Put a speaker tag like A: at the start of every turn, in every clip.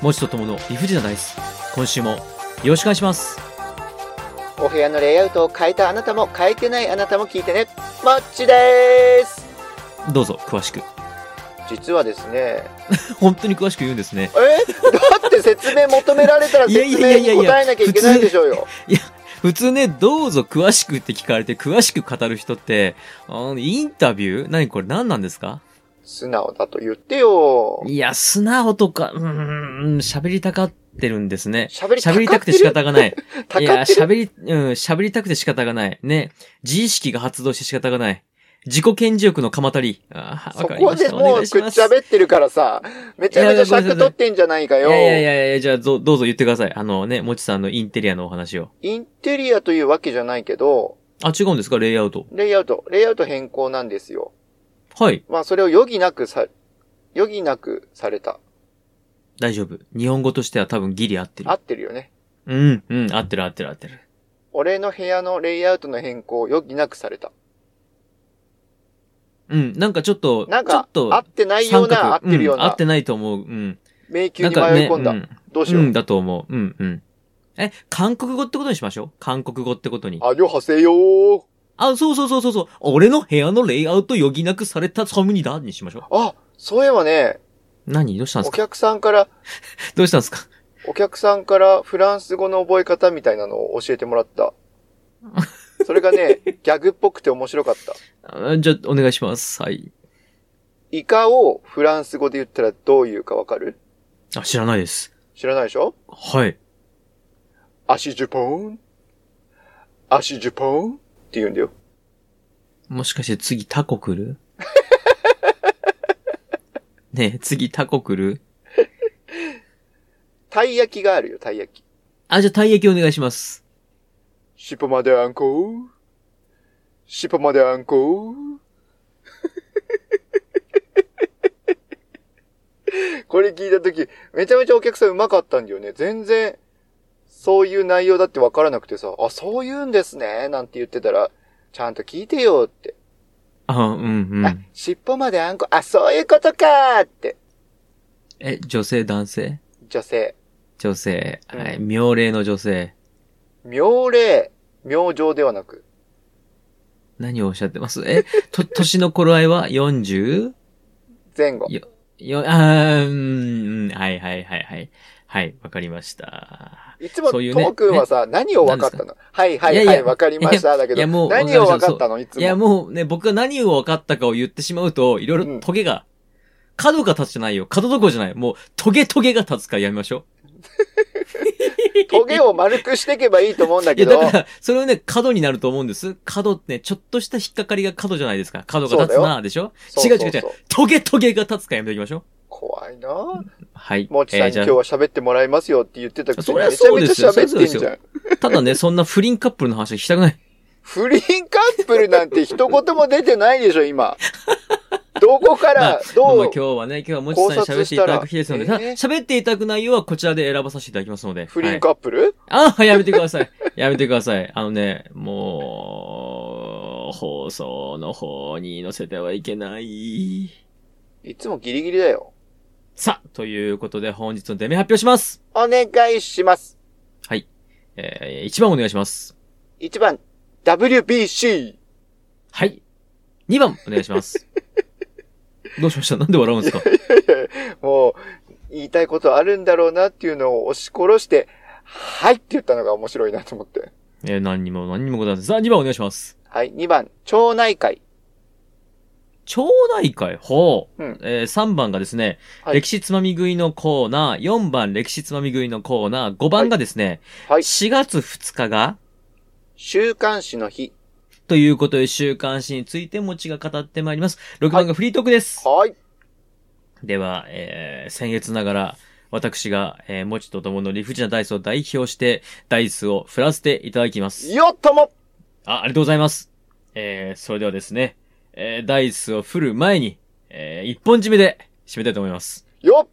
A: 文字とともの理不尽なダイス今週もよろしくお願いします
B: お部屋のレイアウトを変えたあなたも変えてないあなたも聞いてねもっちです
A: どうぞ詳しく
B: 実はですね
A: 本当に詳しく言うんですね
B: えだって説明求められたら
A: いや
B: 説
A: いや
B: 明
A: いやいや
B: に答えなきゃいけないでしょうよ
A: 普通ねどうぞ詳しくって聞かれて詳しく語る人ってあのインタビュー何これ何なんですか
B: 素直だと言ってよ
A: いや素直とかうーん喋りたかってるんですね
B: 喋り
A: 喋りたくて仕方がない。
B: た
A: い
B: か
A: や、
B: ってる
A: 喋り、うん、喋りたくて仕方がない。ね。自意識が発動して仕方がない。自己顕示欲の鎌足り。あー
B: そこでもうくっちゃべってるからさめちゃめちゃ尺取ってんじゃないか
A: い
B: よ
A: やいやいやいや、じゃあどうどうぞ言ってください。あのね、もちさんのインテリアのお話を。
B: インテリアというわけじゃないけど
A: あ、違うんですかレイアウト。
B: レイアウトレイアウト変更なんですよ
A: はい。
B: まあそれを余儀なくさ余儀なくされた
A: 大丈夫。日本語としては多分ギリ合ってる
B: 合。ってるよね
A: うん、うん、合ってる合ってる合ってる。
B: 俺の部屋のレイアウトの変更を余儀なくされた。
A: うん、なんかちょっと、
B: なん
A: ちょっ
B: か、
A: と、
B: 合ってないよ
A: 三
B: う
A: 角
B: な、合ってるようん
A: 合っ
B: な
A: て、ないと思う。うん。
B: 迷
A: なん
B: 宮に
A: か
B: 迷
A: ね、
B: い込ん
A: う
B: だ。
A: ん
B: どうしよ
A: うん
B: う。
A: だと思う。うんうん。え、韓国語ってことにしましょう韓国語ってことに。
B: あ、よはせよー。
A: あ、そうそうそうそうそう。俺の部屋のレイアウト余儀なくされたサムニダにしましょう。
B: あ、そういえばね、
A: 何どうしたんです
B: お
A: か
B: 客さんから、
A: どうしたんですか
B: お客さんからフランス語の覚え方みたいなのを教えてもらった。それがね、 ギャグっぽくて面白かった。
A: あじゃあ、お願いします。はい。
B: イカをフランス語で言ったらどういうかわかる
A: あ、知らないです。
B: 知らないでしょ
A: はい。
B: 足ジュポーン。足ジュポーンって言うんだよ。
A: もしかして次タコ来る ねえ、次タコ来る
B: たい焼きがあるよ、たい焼き。
A: あ、じゃあ、たい焼きお願いします。
B: 尻尾まであんこ。尻尾まであんこ。 これ聞いたとき、めちゃめちゃお客さんうまかったんだよね。全然、そういう内容だってわからなくてさ、あ、そう言うんですね、なんて言ってたら、ちゃんと聞いてよって。
A: あ、うんう
B: あ
A: ん。、
B: 尻尾まであんこ、あ、そういうことかーって。
A: え、女性、男性
B: 女性、
A: 女性。
B: うん
A: はい。妙齢の女性。
B: 妙齢、妙情ではなく、
A: 何をおっしゃってますえ、と、 年の頃合いは 40?
B: 前後
A: い。やよ、あーうーん、はいはいはいはい。はい、わかりました。
B: いつも、
A: そ
B: ト
A: ういうね
B: ークンはさ、何を分かったのはいはい
A: や
B: い
A: いや
B: はい、分かりました。だけ
A: いやも
B: ど、
A: う
B: 何を分かったのいつ
A: いや、
B: も。
A: もうね、僕が何を分かったかを言ってしまうと、いろいうろ
B: ん
A: トゲが、角が立つじゃないよ。角どころじゃない。もう、トゲトゲが立つからやめましょ
B: トゲを丸くしていけばいいと思うんだ
A: う。い
B: け
A: や、
B: ど
A: だ、から、それをね、角になると思うんです。角ってね、ちょっとした引っかかりが角じゃないですか。角が立つ
B: そうだ
A: なでしょ
B: そう
A: 違う
B: そう
A: 違う違
B: そう
A: う。トゲトゲが立つからやめておきましょう。
B: 怖いなぁ。
A: はい。
B: もちさ
A: え
B: ん
A: ー
B: に
A: じゃ
B: 今
A: あ
B: 日は喋ってもらいますよって言ってたくせに
A: そりゃ
B: めち
A: そ
B: ゃ
A: う
B: め
A: です
B: ちゃ
A: よ
B: 喋ってんじ
A: そりゃそうです
B: ゃ
A: よ
B: ん。
A: ただね、そんな不倫カップルの話は聞きたくない。
B: 不倫カップルなんて一言も出てないでしょ、 今。どこか
A: まあ
B: ら、
A: まあ
B: ど
A: まあ
B: う
A: 今日はね、今日はもちさんに喋っていただく日ですので、
B: 考
A: た
B: 察
A: だ
B: した
A: 喋っていただく内容はこちらで選ばさせていただきますので。
B: 不倫
A: はい、
B: カップル
A: ああ、やめてください。 やめてください。あのね、もう、放送の方に載せてはいけない。
B: いつもギリギリだよ。
A: さあ、ということで本日のデメ発表します。
B: お願いします。
A: えー、1番お願いします。
B: 1番、WBC。
A: はい。2番お願いし ます。どうしましたなんで笑うんですか
B: もう、言いたいことあるんだろうなっていうのを押し殺して、はいって言ったのが面白いなと思って。
A: えー、何にも何にもございません。さあ、2番お願いします。
B: はい、2番、町内会。
A: 町内会ほう。
B: うん
A: えー、3番がですね、
B: はい
A: 歴史つまみ食いのコーナー、4番歴史つまみ食いのコーナー、5番がですね、
B: はい、
A: 4月2日が、
B: 週刊誌の日。
A: ということで週刊誌についてもちが語ってまいります。6番がフリートークです。
B: はい。
A: では、えー、先月ながら、私が、えー、もちとともの理不尽なダイスを代表して、ダイスを振らせていただきます。
B: よっとも
A: あ、ありがとうございます。えー、それではですね、えー、ダイスを振る前に、えー、一本締めで締めたいと思います。
B: よっ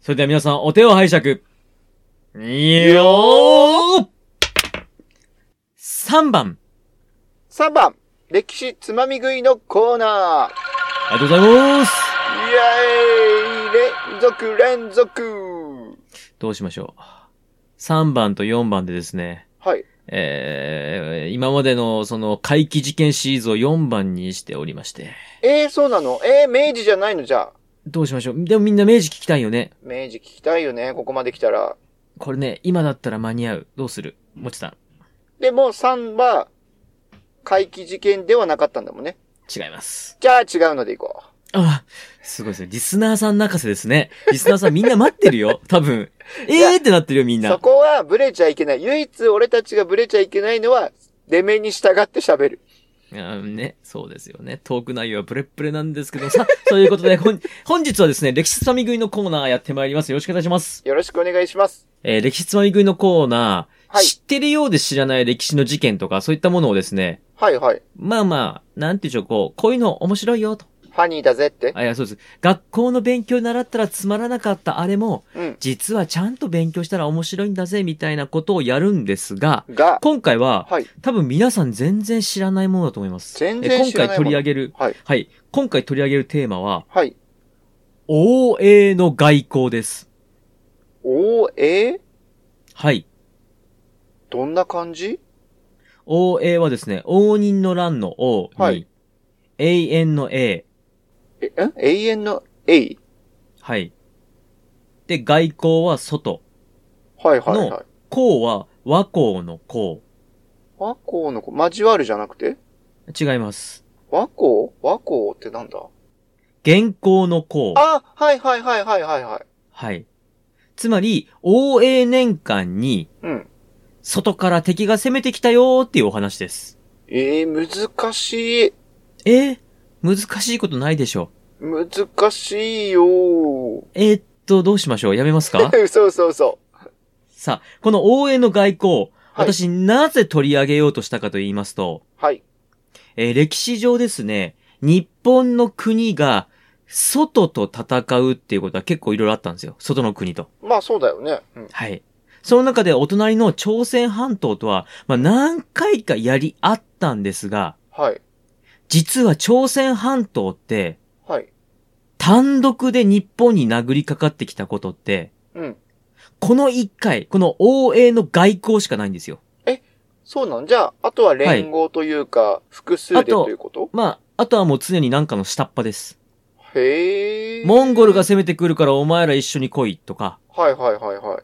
A: それでは皆さん、お手を拝借。よー !3 番、
B: !3 番、歴史つまみ食いのコー
A: あ
B: ナ
A: りがとうございます。
B: ー。イエーイ続連続
A: どうしましょう。3番と4番でですね、
B: はい。
A: えー、今までのその怪奇事件シリーズを4番にしておりまして。
B: えー、そうなのえー、明治じゃないのじゃあ。
A: どうしましょう。でもみんな明治聞きたいよね。
B: 明治聞きたいよね、ここまで来たら。
A: これね、今だったら間に合う。どうするもちさん。
B: でも3は、怪奇事件ではなかったんだもんね。
A: 違います。
B: じゃあ違うのでいこ
A: あすごいですね。リスナーさん泣かせですね。リスナーさんみんな待ってるよ。多分。えーってなってるよ、みん
B: う。そ
A: な。
B: こはブレちゃいけない。唯一俺たちがブレちゃいけないのは、出目に従って喋る。
A: うん、ね。そうですよね。トーク内容はブレッブレなんですけどさ。 そういうことで、ほん本日はですね、歴史つまみ食いのコーナーやってまいります。よろしくお願いします。
B: よろしくお願いします。
A: えー歴史つまみ食いのコーナー、
B: はい
A: 知ってるようで知らない歴史の事件とか、そういったものをですね、
B: はいはい。
A: まあまあ、なんていうんでしょう、こう、こういうの面白いよ、と。
B: ハニーだぜって。
A: あ、いや、そうです。学校の勉強習ったらつまらなかったあれも、
B: うん。
A: 実はちゃんと勉強したら面白いんだぜ、みたいなことをやるんですが、
B: が、
A: 今回は、
B: はい。
A: 多分皆さん全然知らないものだと思います。
B: 全然知らない
A: え今回
B: もの
A: 取り上げる、
B: はい。
A: はい、今回取り上げるテーマは、
B: はい。
A: 応永の外交です。
B: おー、えー、
A: はい。
B: どんな感じ
A: 応永はですね、応仁の乱の王に、
B: はい
A: 永遠の永、
B: え、ん永遠の A?
A: はい。で、外交は外、
B: はいはいはい。
A: 公は和公の公。
B: 和光の子、交わるじゃなくて
A: 違います。
B: 和光和光ってなんだ
A: 現行の公。
B: あ、はいはいはいはいはいはい。
A: はい。つまり、応永年間に、
B: うん。
A: 外から敵が攻めてきたよーっていうお話です。
B: えー、難しい。
A: えー、難しいことないでしょ。
B: 難しいよー。
A: えーっと、どうしましょうやめますか
B: そうそうそ
A: さあ、この応永の外交、
B: はい
A: 私、なぜ取り上げようとしたかと言いますと、
B: う。はい。
A: えー歴史上ですね、日本の国が外と戦うっていうことは結構いろいろあったんですよ。外の国と。
B: まあそうだよね。うん。
A: はい。その中でお隣の朝鮮半島とは、まあ、何回かやり合ったんですが、
B: はい。
A: 実は朝鮮半島って
B: はい。
A: 単独で日本に殴りかかってきたことって、
B: うん。
A: この一回、この応永の外交しかないんですよ。
B: そうなんじゃあ、あとは連合というか、複数
A: あ
B: で
A: と
B: ということ
A: まあ、あとはもう常になんかの下っ端です。
B: へえ。
A: モンゴルが攻めてくるからお前ら一緒に来いとか、
B: はいはいはいはい。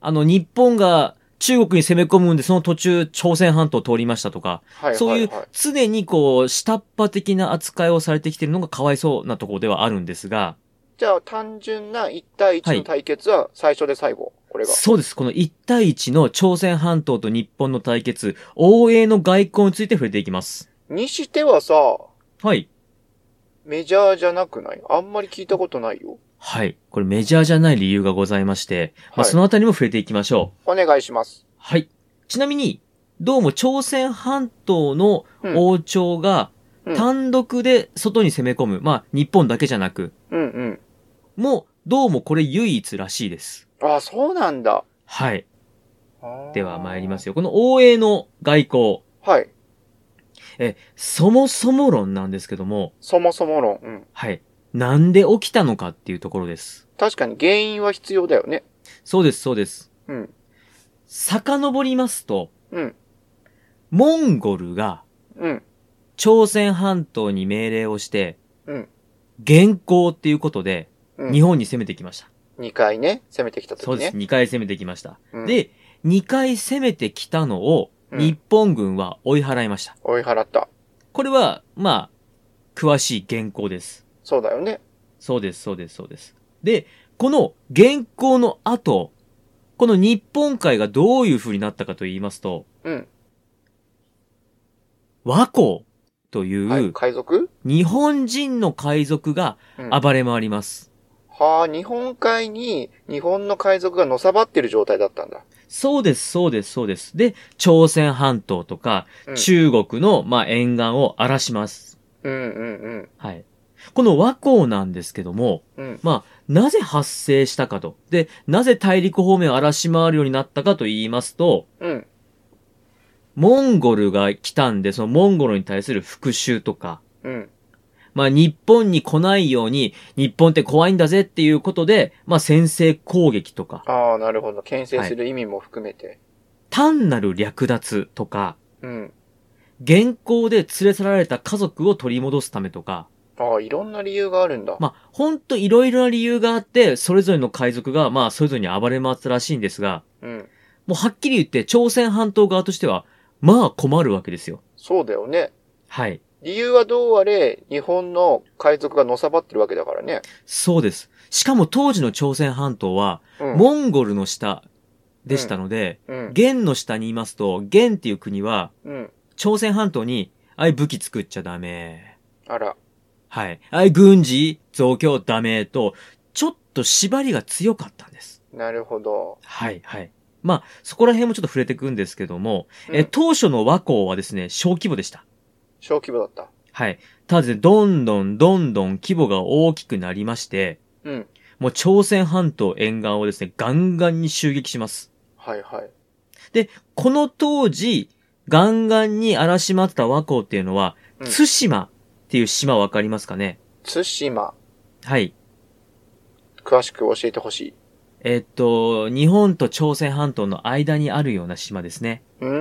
A: あの、日本が中国に攻め込むんで、その途中、朝鮮半島を通りましたとか、
B: はいはいはい。
A: そういう常にこう、下っ端的な扱いをされてきてるのがかわいそうなところではあるんですが、
B: じゃあ、単純な1対1の対決は最初で最後。これが。
A: そうです。この1対1の朝鮮半島と日本の対決、応永の外交について触れていきます。
B: にしてはさ、
A: はい。
B: メジャーじゃなくないあんまり聞いたことないよ。
A: はい。これメジャーじゃない理由がございまして、ま
B: は
A: あ、
B: い
A: そのあたりも触れていきましょう。
B: お願いします。
A: はい。ちなみに、どうも朝鮮半島の王朝が
B: うん
A: 単独で外に攻め込む。まあ、日本だけじゃなく、
B: うんうん。
A: もう、どうもこれ唯一らしいです。
B: ああ、そうなんだ。。
A: はい。では参りますすよ。この応永の外交。
B: はい。
A: え、そもそも論なんですけども、
B: そもそも論。うん。
A: はい。なんで起きたのかっていうところです。
B: 確かに原因は必要だよね。
A: そうです、そうです。
B: うん。
A: 遡りますと、
B: うん。
A: モンゴルが
B: うん。
A: 朝鮮半島に命令をして、
B: うん。
A: 現行っていうことで、
B: うん、
A: 日本に攻めてきました。
B: 2回ね、攻めてきた時ね。
A: そうです。2回攻めてきました。
B: うん、
A: で、2回攻めてきたのを、
B: うん
A: 日本軍は追い払いました。
B: 追い払った。
A: これは、まあ、詳しい原稿です。
B: そうだよね。
A: そうです、そうです、そうです。で、この原稿の後、この日本海がどういう風になったかと言いますと、
B: うん。
A: 和光とい
B: はい。
A: う
B: 海賊
A: 日本人の海賊が
B: うん。
A: 暴れ回ります。
B: はあ、日本海に日本の海賊がのさばってる状態だったんだ。
A: そうです、そうです、そうです。で、朝鮮半島とか、
B: うん
A: 中国の、まあ、沿岸を荒らします。
B: うんうん
A: はい。この和光なんですけども、
B: うん。うん。
A: なぜ発生したかと。で、なぜ大陸方面を荒らし回るようになったかと言いますと、
B: うん。
A: モンゴルが来たんで、そのモンゴルに対する復讐とか、
B: うん。
A: まあ、日本に来ないように、日本って怖いんだぜっていうことで、まあ、先制攻撃とか、
B: ああ、なるほど。牽制する意味も含めて。
A: 単なる略奪とか、
B: うん。
A: 現行で連れ去られた家族を取り戻すためとか、
B: ああ、いろんな理由があるんだ。
A: まあ、ほんといろいろな理由があって、それぞれの海賊が、まあ、それぞれに暴れ回ったらしいんですが、
B: うん。
A: もうはっきり言って、朝鮮半島側としては、まあ困るわけですよ。
B: そうだよね。
A: はい。
B: 理由はどうあれ、日本の海賊がのさばってるわけだからね。
A: そうです。しかも当時の朝鮮半島は、
B: うん。
A: モンゴルの下でしたので、
B: うん。
A: 元の下にいますと、元っていう国は、
B: うん。
A: 朝鮮半島に、あい武器作っちゃダメ。
B: あら。
A: はい。あい軍事増強ダメと、ちょっと縛りが強かったんです。
B: なるほど。
A: はい、はい。まあ、そこら辺もちょっと触れていくんですけども、
B: うん
A: え当初の和光はですね、小規模でした。
B: 小規模だった。
A: はい。ただですね、どんどんどんどん規模が大きくなりまして、
B: うん。
A: もう朝鮮半島沿岸をですね、ガンガンに襲撃します。
B: はいはい。
A: この当時、ガンガンに荒らしまってた和光っていうのは、
B: うん
A: 対馬っていう島わかりますかね
B: 対馬、
A: はい。
B: 詳しく教えてほしい。
A: えっと、日本と朝鮮半島の間にあるような島ですね。
B: うー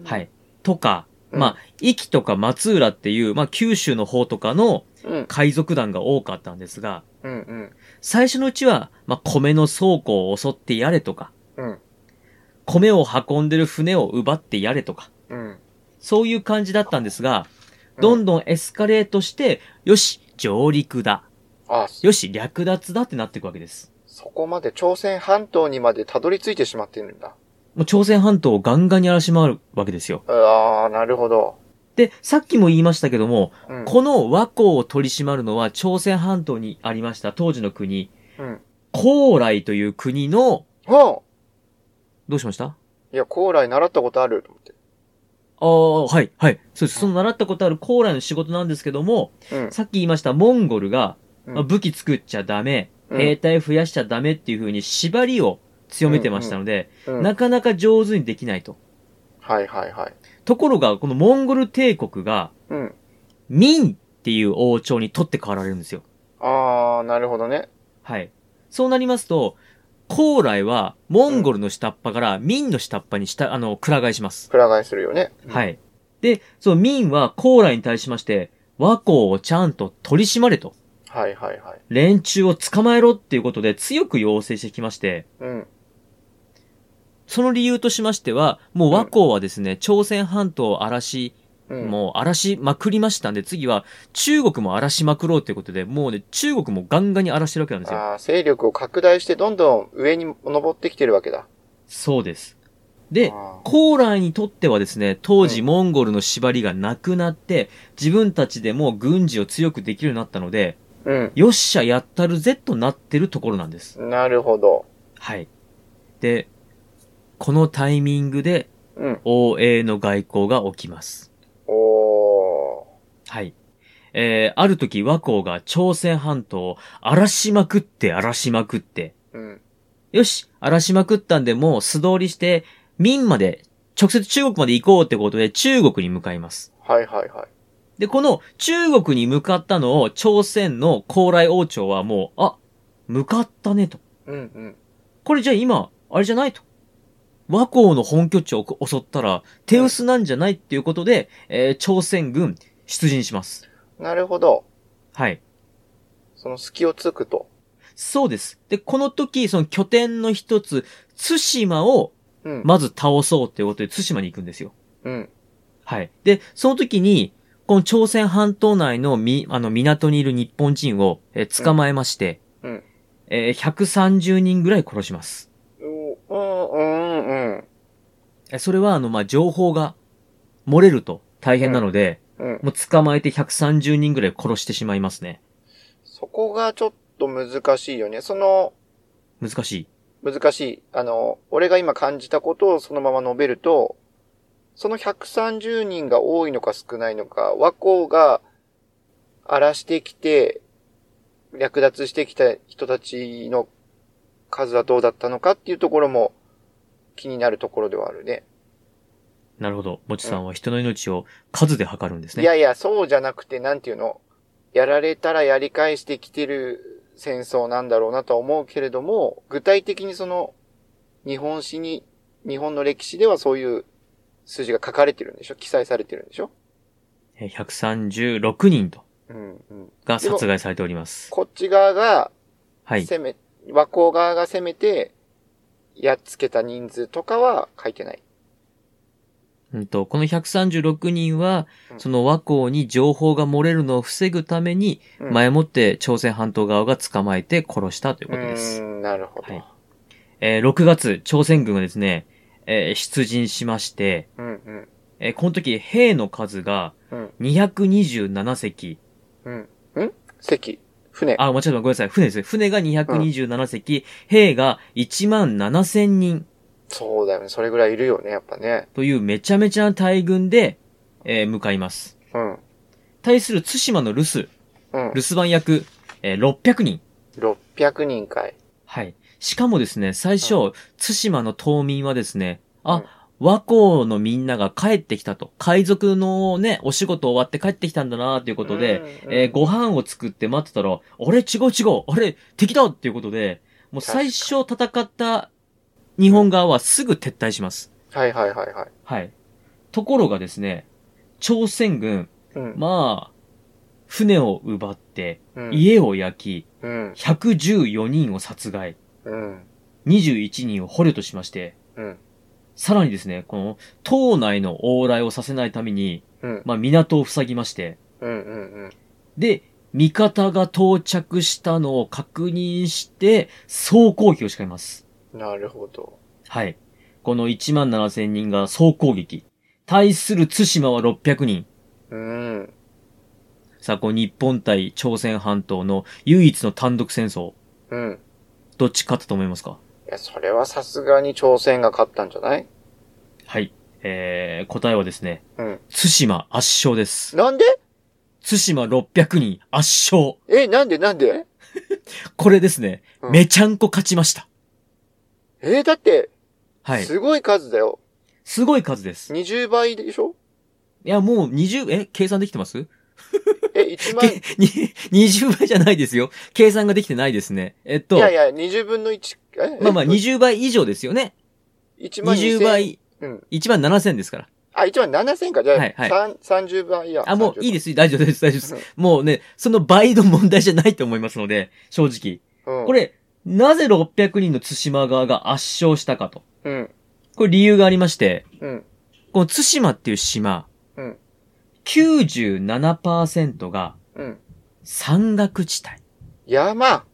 B: ん。。
A: はいい。とか、
B: うん
A: まあ、壱岐とか松浦っていう、まあ、九州の方とかの
B: うん。
A: 海賊団が多かったんですが、
B: うんうん。
A: 最初のうちは、まあ、米の倉庫を襲ってやれとか、
B: うん。
A: 米を運んでる船を奪ってやれとか、
B: うん。
A: そういう感じだったんですが、どん
B: ど
A: ど
B: ん。
A: んエスカレートして、よし、上陸だ。
B: あ、そ
A: よし、略奪だってなっていくわけです。
B: そこまで朝鮮半島にまでたどり着いてしまっているんだ。
A: もう朝鮮半島をガンガンに荒らし回るわけですよ。
B: ああ、なるほど。
A: で、さっきも言いましたけども、
B: うん。
A: この和光を取り締まるのは朝鮮半島にありました当時の国、
B: うん。
A: 高麗という国の、
B: は
A: どうしました
B: いや、高麗習ったことあると思って。
A: ああ、はい、はい。そうです。その習ったことある高麗の仕事なんですけども、
B: うん。
A: さっき言いましたモンゴルが、
B: うん
A: まあ武器作っちゃダメ、
B: うん
A: 兵隊増やしちゃダメっていう風に縛りを強めてましたので、
B: うん
A: なかなか上手にできないと。
B: はいはいはい。
A: ところが、このモンゴル帝国が、
B: うん。
A: 明っていう王朝に取って代わられるんですよ。
B: ああ、なるほどね。
A: はい。そうなりますと、高麗はモンゴルの下っ端から明の下っ端にした、あの、くら替えします。
B: くら替えするよね。。
A: はいい。で、その明は高麗に対しまして、和光をちゃんと取り締まれと、
B: はいはいはい。
A: 連中を捕まえろっていうことで強く要請してきまして、
B: うん。
A: その理由としましては、もう和光はですね、朝鮮半島を荒らし、
B: うん。
A: もう荒らしまくりましたんで、次は中国も荒らしまくろうということで、もうね、中国もガンガンに荒らしてるわけなんですよ。
B: ああ、勢力を拡大してどんどん上に登ってきてるわけだ。
A: そうです。で、
B: あー
A: 高麗にとってはですね、当時
B: う
A: モンゴルの縛りがなくなって、自分たちでも軍事を強くできるようになったので、
B: うん。
A: よっしゃやったるぜとなってるところなんです。
B: なるほど。
A: はい。で、このタイミングで
B: うん。
A: 欧米の外交が起きます。
B: おー。
A: はい。えー、ある時和光が朝鮮半島を荒らしまくって荒らしまくって、
B: うん。
A: よし、荒らしまくったんでもう素通りして、民まで、直接中国まで行こうってことで中国に向かいます。
B: はいはいはい。
A: で、この中国に向かったのを朝鮮の高麗王朝はもう、あ、向かったねと。
B: うんうん。
A: これじゃあ今、あれじゃないと。和光の本拠地を襲ったら、手薄なんじゃないっていうことで、えー朝鮮軍出陣します。
B: なるほど。
A: はい。
B: その隙をつくと。
A: そうです。で、この時、その拠点の一つ、対馬を
B: うん。
A: まず倒そうっていうことで対馬に行くんですよ。
B: うん。
A: はい。で、その時に、この朝鮮半島内のみ、あの港にいる日本人を、えー捕まえまして、
B: うん
A: えー130人ぐらい殺します。
B: おうんうんうん。
A: えそれは、あの、まあ、情報が漏れると大変なので、
B: うん。
A: もう捕まえて130人ぐらい殺してしまいますね。
B: そこがちょっと難しいよね。その、
A: 難しい。
B: 難しい。あの、俺が今感じたことをそのまま述べると、その130人が多いのか少ないのか、和光が荒らしてきて、略奪してきた人たちの数はどうだったのかっていうところも気になるところではあるね。
A: なるほど。もちさんは人の命を数で測るんですね。
B: いやいや、そうじゃなくて、なんていうのやられたらやり返してきてる戦争なんだろうなとは思うけれども、具体的にその、日本史に、日本の歴史ではそういう数字が書かれてるんでしょ記載されてるんでしょ
A: えー136人と、
B: うん、うん。
A: が殺害されております。
B: こっち側が、
A: はい。
B: 攻め、和光側が攻めて、やっつけた人数とかは書いてない。
A: うんと、この136人は
B: う、ん
A: その和光に情報が漏れるのを防ぐために、
B: うん
A: 前もって朝鮮半島側が捕まえて殺したという
B: う
A: ことです。
B: ーん、なるほど。
A: はいえー6月、朝鮮軍がですね、えー出陣しまして、
B: うん、うん、
A: えーこの時兵の数が
B: うん、
A: 227隻、
B: うん。うん席、船。
A: あ、間違えた、ごめんなさい、船ですね。船が227隻、兵が1万7000人
B: そうだよね。それぐらいいるよね、やっぱね。
A: というめちゃめちゃな大軍で、えー向かいます。
B: うん、
A: 対する津島の留守、
B: うん
A: 留。守番役、えー600人。
B: 600人かい。
A: はい。しかもですね、最初、対馬の島民はですね、あ、
B: うん
A: 和光のみんなが帰ってきたと。海賊のね、お仕事終わって帰ってきたんだなということで、
B: うん
A: えーご飯を作って待ってたら、あれ違う違う、あれ敵だっていうことで、もう
B: 確か
A: 最
B: に
A: 初戦った日本側はすぐ撤退します。
B: はいはいはいはい。
A: はい。ところがですね、朝鮮軍、
B: うん。
A: まあ、船を奪って、
B: うん、
A: 家を焼き、
B: うん。
A: 114人を殺害。
B: うん。
A: 21人を捕虜としまして、
B: うん。
A: さらにですね、この、島内の往来をさせないために、
B: うん。
A: まあ、港を塞ぎまして、
B: うん。うん。
A: で、味方が到着したのを確認して、総攻撃を仕掛けます。
B: うん。なるほど。
A: はい。この1万7千人が総攻撃。対する津島は600人。
B: うん。
A: さあ、こう日本対朝鮮半島の唯一の単独戦争。
B: うん。
A: どっち勝ったと思いますか
B: いや、それはさすがに朝鮮が勝ったんじゃない
A: はい。えー、答えはですね、
B: うん。
A: 津島圧勝です。
B: なんで
A: 津島600人圧勝。
B: え、なんでなんで
A: これですね、
B: うん
A: めちゃんこ勝ちました。
B: えーだって、
A: はい。
B: すごい数だよ。
A: すごい数です。い
B: 20倍でしょ
A: や、もう20、え、計算できてます
B: え、1万、
A: け
B: い
A: に ?20 倍じゃないですよ。計算ができてないですね。えっと、
B: やいや、20分の1、え
A: まあまあ
B: えっと
A: 20倍以上ですよね。
B: 1万2000
A: 20。倍、
B: うん。
A: 1万7000ですから。
B: あ、1万7000か。じゃあ、
A: はいはい
B: 三30倍や。
A: あ、もういいです。大丈夫です。大丈夫です。
B: うん
A: もうね、その倍の問題じゃないと思いますので、正直。
B: す。うん、
A: こ、れ、なぜ600人の津島側が圧勝したかと。
B: うん。
A: これ理由がありまして、
B: うん。
A: この津島っていう島、
B: うん
A: 97%が
B: うん。
A: 山岳地帯。
B: 山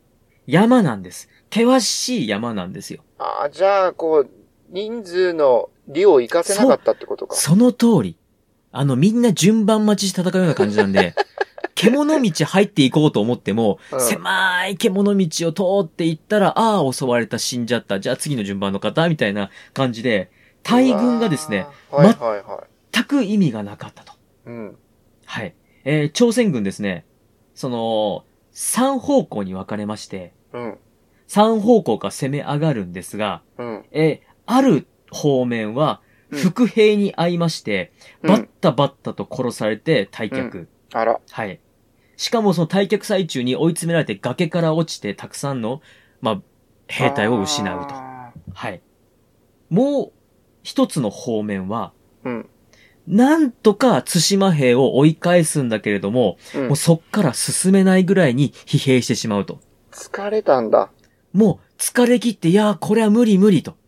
A: 山なんです。険しい山なんですよ。
B: あーじゃあ、こう、人数の利を活かせなかったってことか。
A: その通り。あの、みんな順番待ちして戦うような感じなん で、獣道入っていこうと思っても、
B: うん
A: 狭い獣道を通っていったら、ああ、襲われた、死んじゃった、じゃあ次の順番の方、みたいな感じで、大軍がですね、
B: うわー。はいはいはい。
A: 全く意味がなかったと。
B: うん。
A: はい。えー朝鮮軍ですね、その、三方向に分かれまして、
B: うん。
A: 三方向から攻め上がるんですが、
B: うん。
A: えーある方面は、
B: うん
A: 伏兵に会いまして、
B: うん
A: バッタバッタと殺されて退却。
B: あら。
A: はい。しかもその退却最中に追い詰められて崖から落ちてたくさんの、まあ、兵隊を失うと。
B: あ
A: はい。もう、一つの方面は、
B: ーうん。
A: なんとか津島兵を追い返すんだけれども、
B: うん
A: もうそっから進めないぐらいに疲弊してしまうと。
B: 疲れたんだ。
A: もう疲れ切って、いやーこれは無理無理と。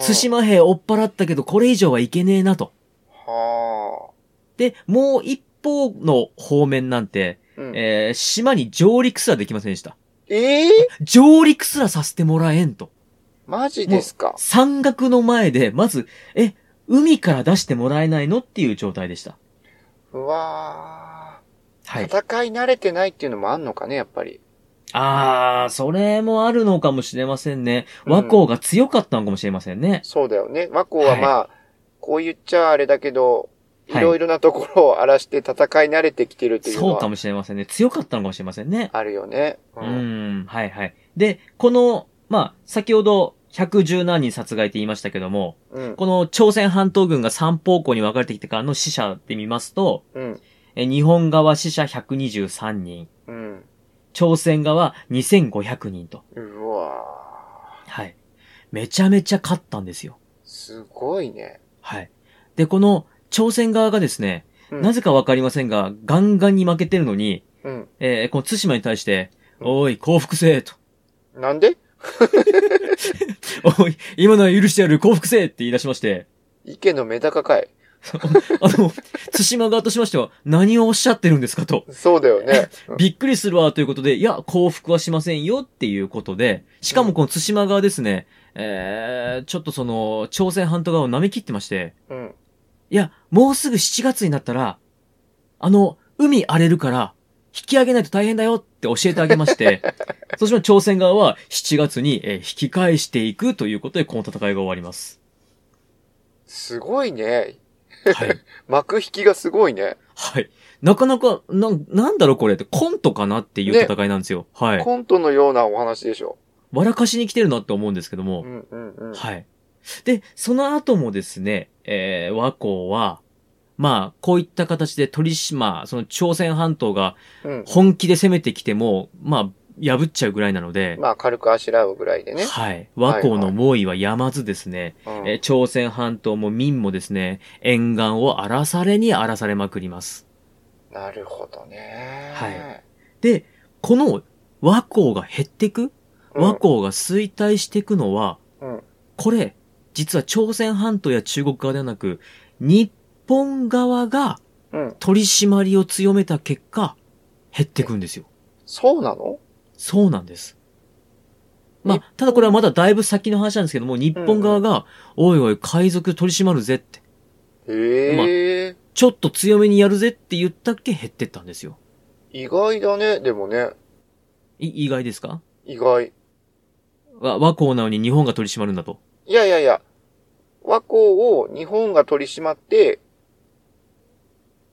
A: 津島兵追っ払ったけど、これ以上はいけねえなと。
B: は
A: で、もう一方の方面なんて、
B: あ。うん
A: えー島に上陸すらできませんでした。
B: ええ
A: 上陸すらさせてもらえんと。
B: マジですか
A: 山岳の前で、まず、え、海から出してもらえないのっていう状態でした。
B: うわ
A: は
B: ー。
A: い。
B: 戦い慣れてないっていうのもあんのかね、やっぱり。
A: あー、それもあるのかもしれませんね。
B: うん
A: 和光が強かったのかもしれませんね。
B: そうだよね。和光はまあ、こう言っちゃあれだけど、い
A: はい
B: ろいろなところを荒らして戦い慣れてきてるっていうの
A: そうか
B: は
A: もしれませんね。強かったのかもしれませんね。
B: あるよね。
A: う
B: う
A: ー
B: ん。
A: ん、はいはい。で、この、まあ、先ほど、110何人殺害って言いましたけども、
B: うん。
A: この朝鮮半島軍が三方向に分かれてきてからの死者って見ますと、
B: うん。
A: え日本側死者123人、
B: うん。
A: 朝鮮側は2500人と。
B: うわ
A: はい。めちゃめちゃ勝ったんですよ。
B: ーすごいね。
A: はい。で、この朝鮮側がですね、
B: うん
A: なぜかわかりませんが、ガンガンに負けてるのに、
B: うん。
A: えーこの対馬に対して、
B: うん
A: おい、降伏せえと。
B: なんで
A: おい、今のは許してやる、降伏せえって言い出しまして、
B: 意見のメダカかい。
A: あの、対馬側としましては、何をおっしゃってるんですかと。
B: そうだよ ね。うん
A: びっくりするわということで、いや、降伏はしませんよっていうことで、しかもこの対馬側ですね、えー、ちょっとその、朝鮮半島側を舐め切ってまして、
B: うん。
A: いや、もうすぐ7月になったら、あの、海荒れるから、引き上げないと大変だよって教えてあげま して、そして朝鮮側は7月にえー引き返していくということで、この戦いが終わります。
B: すごいね。
A: はい。
B: 幕引きがすごいね。
A: はい。なかなか、な、なんだろうこれって、コントかなっていう
B: ね
A: 戦いなんですよ。はい。
B: コントのようなお話でしょ。
A: 笑かしに来てるなって思うんですけども
B: う、んうんうん。
A: はい。で、その後もですね、えー、和光は、まあ、こういった形で鳥島、その朝鮮半島が
B: うん。
A: 本気で攻めてきても、まあ、破っちゃうぐらいなので、
B: まあ、軽くあしらうぐらいでね。
A: はい。和光の猛威はやまずですね、
B: うん
A: えー朝鮮半島も民もですね、沿岸を荒らされに荒らされまくります。
B: なるほどね。
A: はい。で、この和光が減ってく、和光が衰退していくのは、
B: うん
A: これ、実は朝鮮半島や中国側ではなく、日本側が
B: うん。うん。
A: 取り締まりを強めた結果、減ってくんですよ。
B: そうなの
A: そうなんです。ま
B: 日
A: あ、ただこれはまだだいぶ先の話なんですけども、日本側が、おいおい、海賊取り締まるぜって、
B: へえ。
A: ちょっと強めにやるぜって言ったっけ減ってったんですよ。
B: 意外だね。でもね。
A: い意外ですか
B: 意外。
A: わ和光なのに日本が取り締まるんだと。
B: いやいやいや。和光を日本が取り締まって、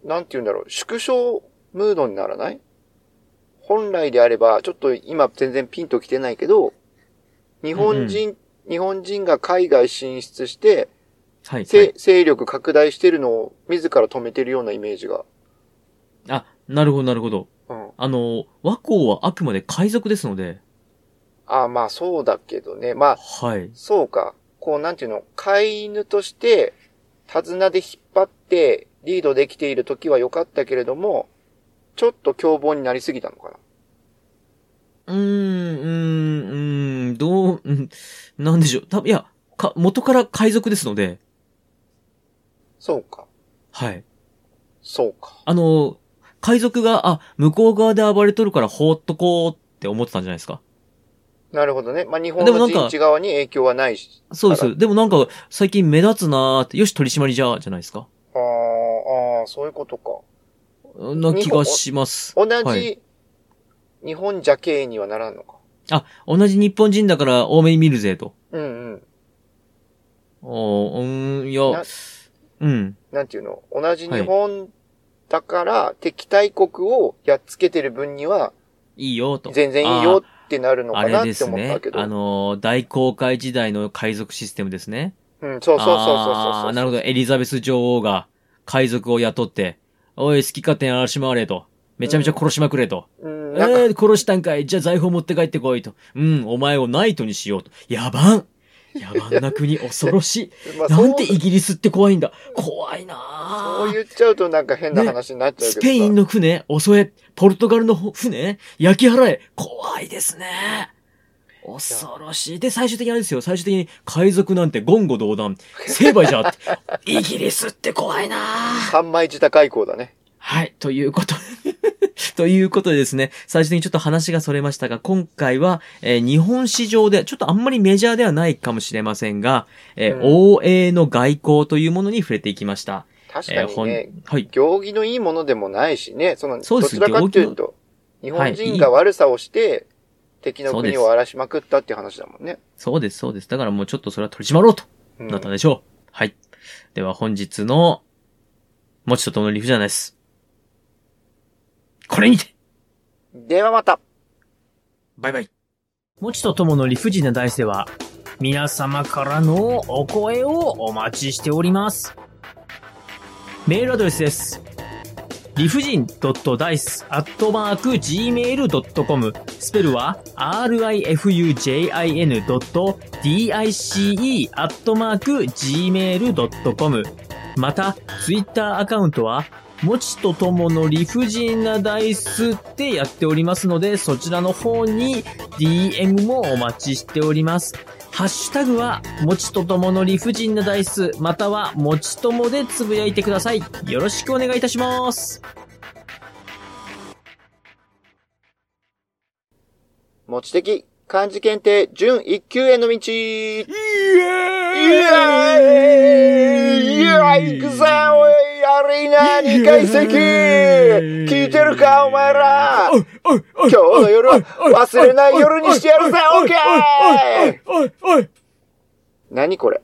B: なんて言うんだろう。縮小ムードにならない本来であれば、ちょっと今全然ピンと来てないけど、日本人、日本人が海外進出して、
A: はい。は
B: せ
A: い
B: 勢力拡大してるのを自ら止めてるようなイメージが。
A: あ、なるほど、なるほど。
B: うん。
A: あの、和光はあくまで海賊ですので、
B: あ、まあそうだけどね。まあ、
A: はい。
B: そうか。こう、なんていうの、飼い犬として、手綱で引っ張って、リードできている時は良かったけれども、ちょっと凶暴になりすぎたのかな。
A: うーん、うーん、うーん、どう、うん、なんでしょう。たいや、か、元から海賊ですので、
B: そうか。
A: はい。
B: そうか。
A: あの、海賊が、あ、向こう側で暴れとるから放っとこうって思ってたんじゃないですか。
B: なるほどね。まあ、日本
A: でもな
B: の
A: んか
B: 陣地側に影響はないし。
A: そうで
B: あら
A: す。でもなんか、最近目立つなーって、よし、取り締まりじゃー、じゃないですか。
B: あーあー、そういうことか。
A: な気がします。
B: 同じ、
A: はい
B: 日本じゃけにはならんのか。
A: あ、同じ日本人だから多めに見るぜ、と。
B: うんうん。
A: おー、うーん、い
B: な
A: や、うん。
B: なんていうの同じ日本だから、敵対国をやっつけてる分には、
A: いいよ、と。
B: 全然いいよってなるの
A: あ
B: か
A: ー。
B: な
A: あ
B: っ
A: れで
B: て
A: す
B: 思った
A: ね
B: け。ど。
A: あのー、大航海時代の海賊システムですね。
B: うん、そうそうそうそうそうそう
A: あーなるほど。エリザベス女王が海賊を雇って、おい、好き勝手に荒らしまわれと。めちゃめちゃ殺しまくれと。
B: うん、
A: え
B: なんか、
A: ー殺したんかい。じゃあ財宝持って帰ってこいと。うん、お前をナイトにしようと。野蛮野蛮な国、恐ろ し
B: まあ、
A: い。な
B: そうん
A: てイギリスって怖いんだ。怖いな
B: そう
A: あ
B: 言っちゃうとなんか変な話になっちゃうけ
A: ス
B: どさ、
A: ペインの船、襲え。ポルトガルの船、焼き払え。怖いですね。恐ろしい。で、最終的にあれですよ。最終的に海賊なんて言語道断。成敗じゃって。イギリスって怖いなあ
B: 三枚舌外交だね。
A: はい、ということ。 ということでですね、最終的にちょっと話がそれましたが、今回は、えー日本市場で、ちょっとあんまりメジャーではないかもしれませんが、えー
B: うん
A: 欧米の外交というものに触れていきました。
B: 確かに
A: え
B: ね
A: ー、ほんはい。
B: 行儀のいいものでもないしね、その、
A: そう
B: ど
A: です
B: ちらかっていうと、日
A: の
B: 本人が悪さをして、敵の
A: そうで
B: 国
A: す
B: を荒らしまくったっていう話だもんね。
A: そうです、そうです。だからもうちょっとそれは取り締まろうと
B: うん
A: なったでしょう。はい。では本日の、もちとともの理不じゃないです。これにて
B: ではまた
A: バイバイ。もちとともの理不尽な大世は、皆様からのお声をお待ちしております。メールアドレスです。
C: 理不尽 .dice.gmail.com スペルは rifujin.dice.gmail.com また、ツイッターアカウントは、もちとともの理不尽なダイスってやっておりますので、そちらの方に DM もお待ちしております。ハッシュタグは、もちとともの理不尽なダイス、または、もちともでつぶやいてください。よろしくお願いいたします。
B: 持ち的漢字検定準一級への道イエーイイエーイ行くぜおいアリーナ2階席聞いてるかお前ら
A: おいおいおい
B: 今日の夜は忘れない夜にしてやるぜオッケー
A: おいおいおい
B: 何これ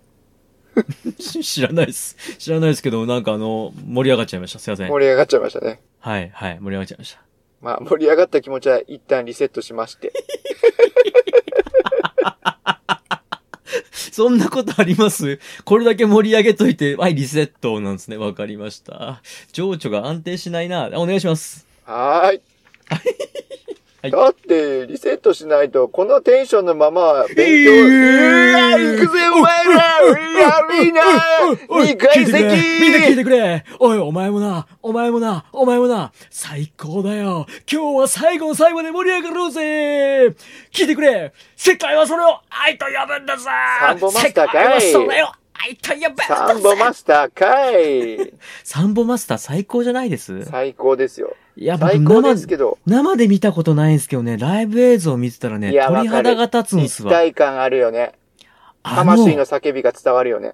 A: 知らないです。知らないですけど、なんかあの、盛り上がっちゃいました。すいません。
B: 盛り上がっちゃいましたね。
A: はい、はい、盛り上がっちゃいました。
B: まあ盛り上がった気持ちは一旦リセットしまして。
A: そんなことありますこれだけ盛り上げといて、はい、リセットなんですね。わかりました。情緒が安定しないな。あお願いします。
B: はーい。
A: はい
B: だって、リセットしないと、このテンションのまま、勉強、
A: いいう
B: わー行くぜ、お前らアリーナ
A: おい
B: 二階
A: 聞
B: 席
A: いてくれみんな聞いてくれおい、お前もな、お前もな、お前もな、最高だよ今日は最後の最後まで盛り上がろうぜ聞いてくれ世界はそれを愛と呼ぶんだぜ
B: サンボマスターかい
A: 世界はそれを愛と呼ぶんだぜ
B: サンボマスターか い
A: サンボマスター最高じゃないです
B: 最高ですよ。
A: いや、僕
B: 最高です
A: 生、
B: けど、
A: 生で見たことないんですけどね、ライブ映像見てたらね、
B: いやわか
A: 鳥
B: る
A: 肌が立つんす
B: 一
A: わ。
B: 体感あるよね。
A: あ
B: 魂の
A: の、
B: 叫びが伝わるよね。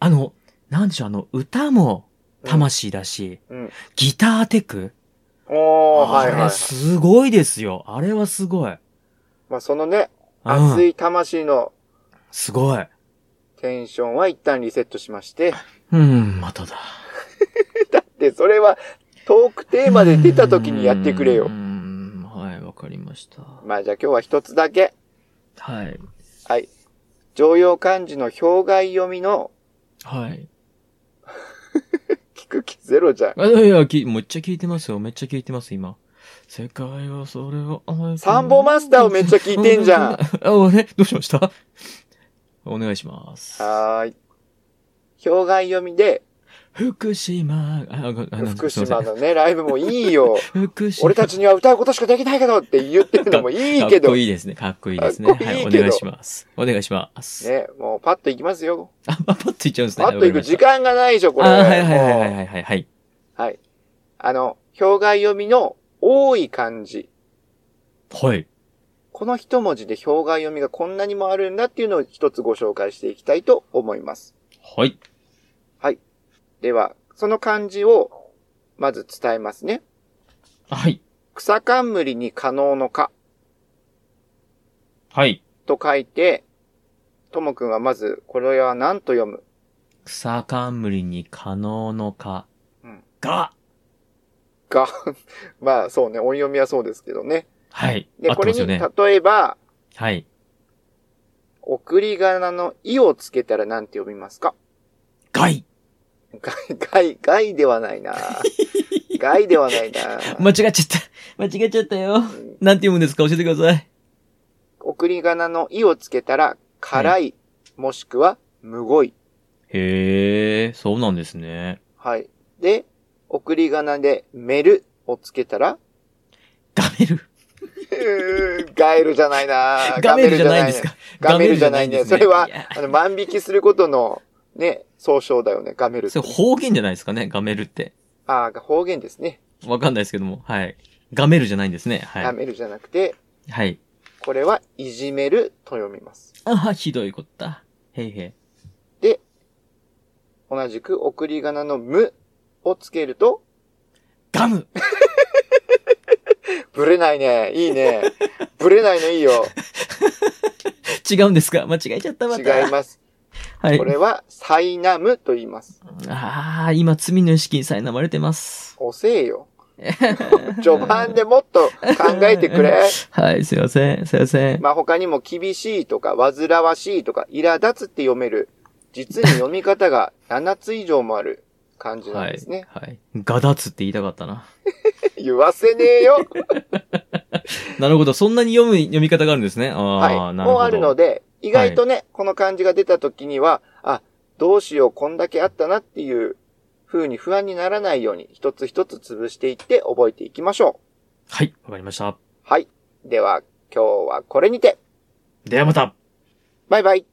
A: あの、なんでしょう、あの、歌も
B: うん
A: 魂だし、
B: うん。
A: ギターテク
B: おー、はい
A: あ
B: はい
A: れ。すごいですよ。あれはすごい。
B: まあ、そのね、
A: うん
B: 熱い魂の
A: すごい。
B: テンションは一旦リセットしまして、
A: うん、まただ。
B: だってそれは、トークテーマで出た時にやってくれ
A: う
B: よ
A: ー。ん、はい、わかりました。
B: まあ、じゃあ今日は一つだけ。
A: はい。
B: はい。常用漢字の表外読みの
A: はい。
B: 聞く気ゼロじゃん。
A: あいやいや、きめっちゃ聞いてますよ。めっちゃ聞いてます、今。世界はそれを愛
B: サンボマスターをめっちゃ聞いてんじゃん。は
A: あ、あれどうしましたお願いします。
B: ーい。表外読みで、
A: 福島、あ、ごあなん
B: 福
A: かすいませ
B: 島
A: ん
B: のね、ライブもいいよ。
A: 福 島。
B: 俺たちには歌うことしかできないけどって言ってるのもいいけ
A: かっ
B: ど。
A: こ
B: ね、
A: いいですね。かっこいいですね。
B: かっこいい
A: はい、お
B: けど
A: 願いします。お願いします。
B: もうパッと行きますよ。
A: あ、パッといっちゃうんですね。
B: パッと行く時間がないでしょ、これ。
A: あ、はいはいはいはい
B: も
A: はいはいはい。
B: うはい。あの、表外読みの多い漢字。
A: はい。
B: この一文字で表外読みがこんなにもあるんだっていうのを一つご紹介していきたいと思います。
A: はい。
B: では、その漢字を、まず伝えますね。
A: はい。
B: 草冠に可能の可
A: はい。
B: と書いて、ともくんはまず、これは何と読む
A: 草冠に可能のか。
B: うん
A: が。
B: か。 まあ、そうね。音読みはそうですけどね。
A: はい。合
B: で、
A: って
B: こ
A: ま
B: れ
A: すよ
B: に、
A: ね。
B: 例えば、
A: はい。
B: 送り仮名の意をつけたら何て読みますか
A: 害
B: 害、害、害ではない な。害ではないな。
A: 間違っちゃった。間違っちゃったよ。なんて読むんですか教えてください。
B: 送り仮名の意をつけたら、辛い、もしくは、むごい。
A: へえ、そうなんですね。
B: はい。で、送り仮名で、メルをつけた ら、
A: ガメル。
B: うーガエルじゃないな
A: ガメルじゃないんですか。
B: ガメルじゃないね。ガメルじゃないねそれ
A: ガメ
B: は
A: ルじゃないん、です
B: あ
A: ね
B: の、万引きすることの、ね、総称だよね、ガメル
A: いや。それ方言じゃないですかね。ガメルって。
B: ああ、方言ですね。
A: わかんないですけども。はい。ガメルじゃないんですね。
B: ガ
A: は
B: メルじゃなくて、
A: い。はい。
B: これは、いじめると読みます。
A: ああ、ひどいことだ。へいへい。
B: 同じく、送り仮名のむをつけると、
A: ガム
B: ブレないね。いいね。ブレないのいいよ。
A: 違うんですか間違えちゃった、また。
B: 違います。
A: はい
B: こ。れは、サイナムと言います。
A: ああ、今、罪の意識に苛まれてます。
B: 遅えよ。序盤でもっと考えてくれ。
A: はい、すいません、すいません。
B: まあ、他にも厳しいとか、煩わしいとか、苛立つって読める。実に読み方が7つ以上もある感じなんですね。
C: はい。
A: ガダツって言いたかったな。
B: 言わせねえよ
A: なるほど。そんなに読む、読み方があるんですね。ああ、
B: はい。
A: なるほど。
B: もうあるので、意外とね、この漢字が出た時には、あ、どうしよう、こんだけあったなっていう風に不安にならないように、一つ一つ潰していって覚えていきましょ
A: はい、わかりました
B: う。。はい。では、今日はこれにて。
A: ではまた
B: バイバイ。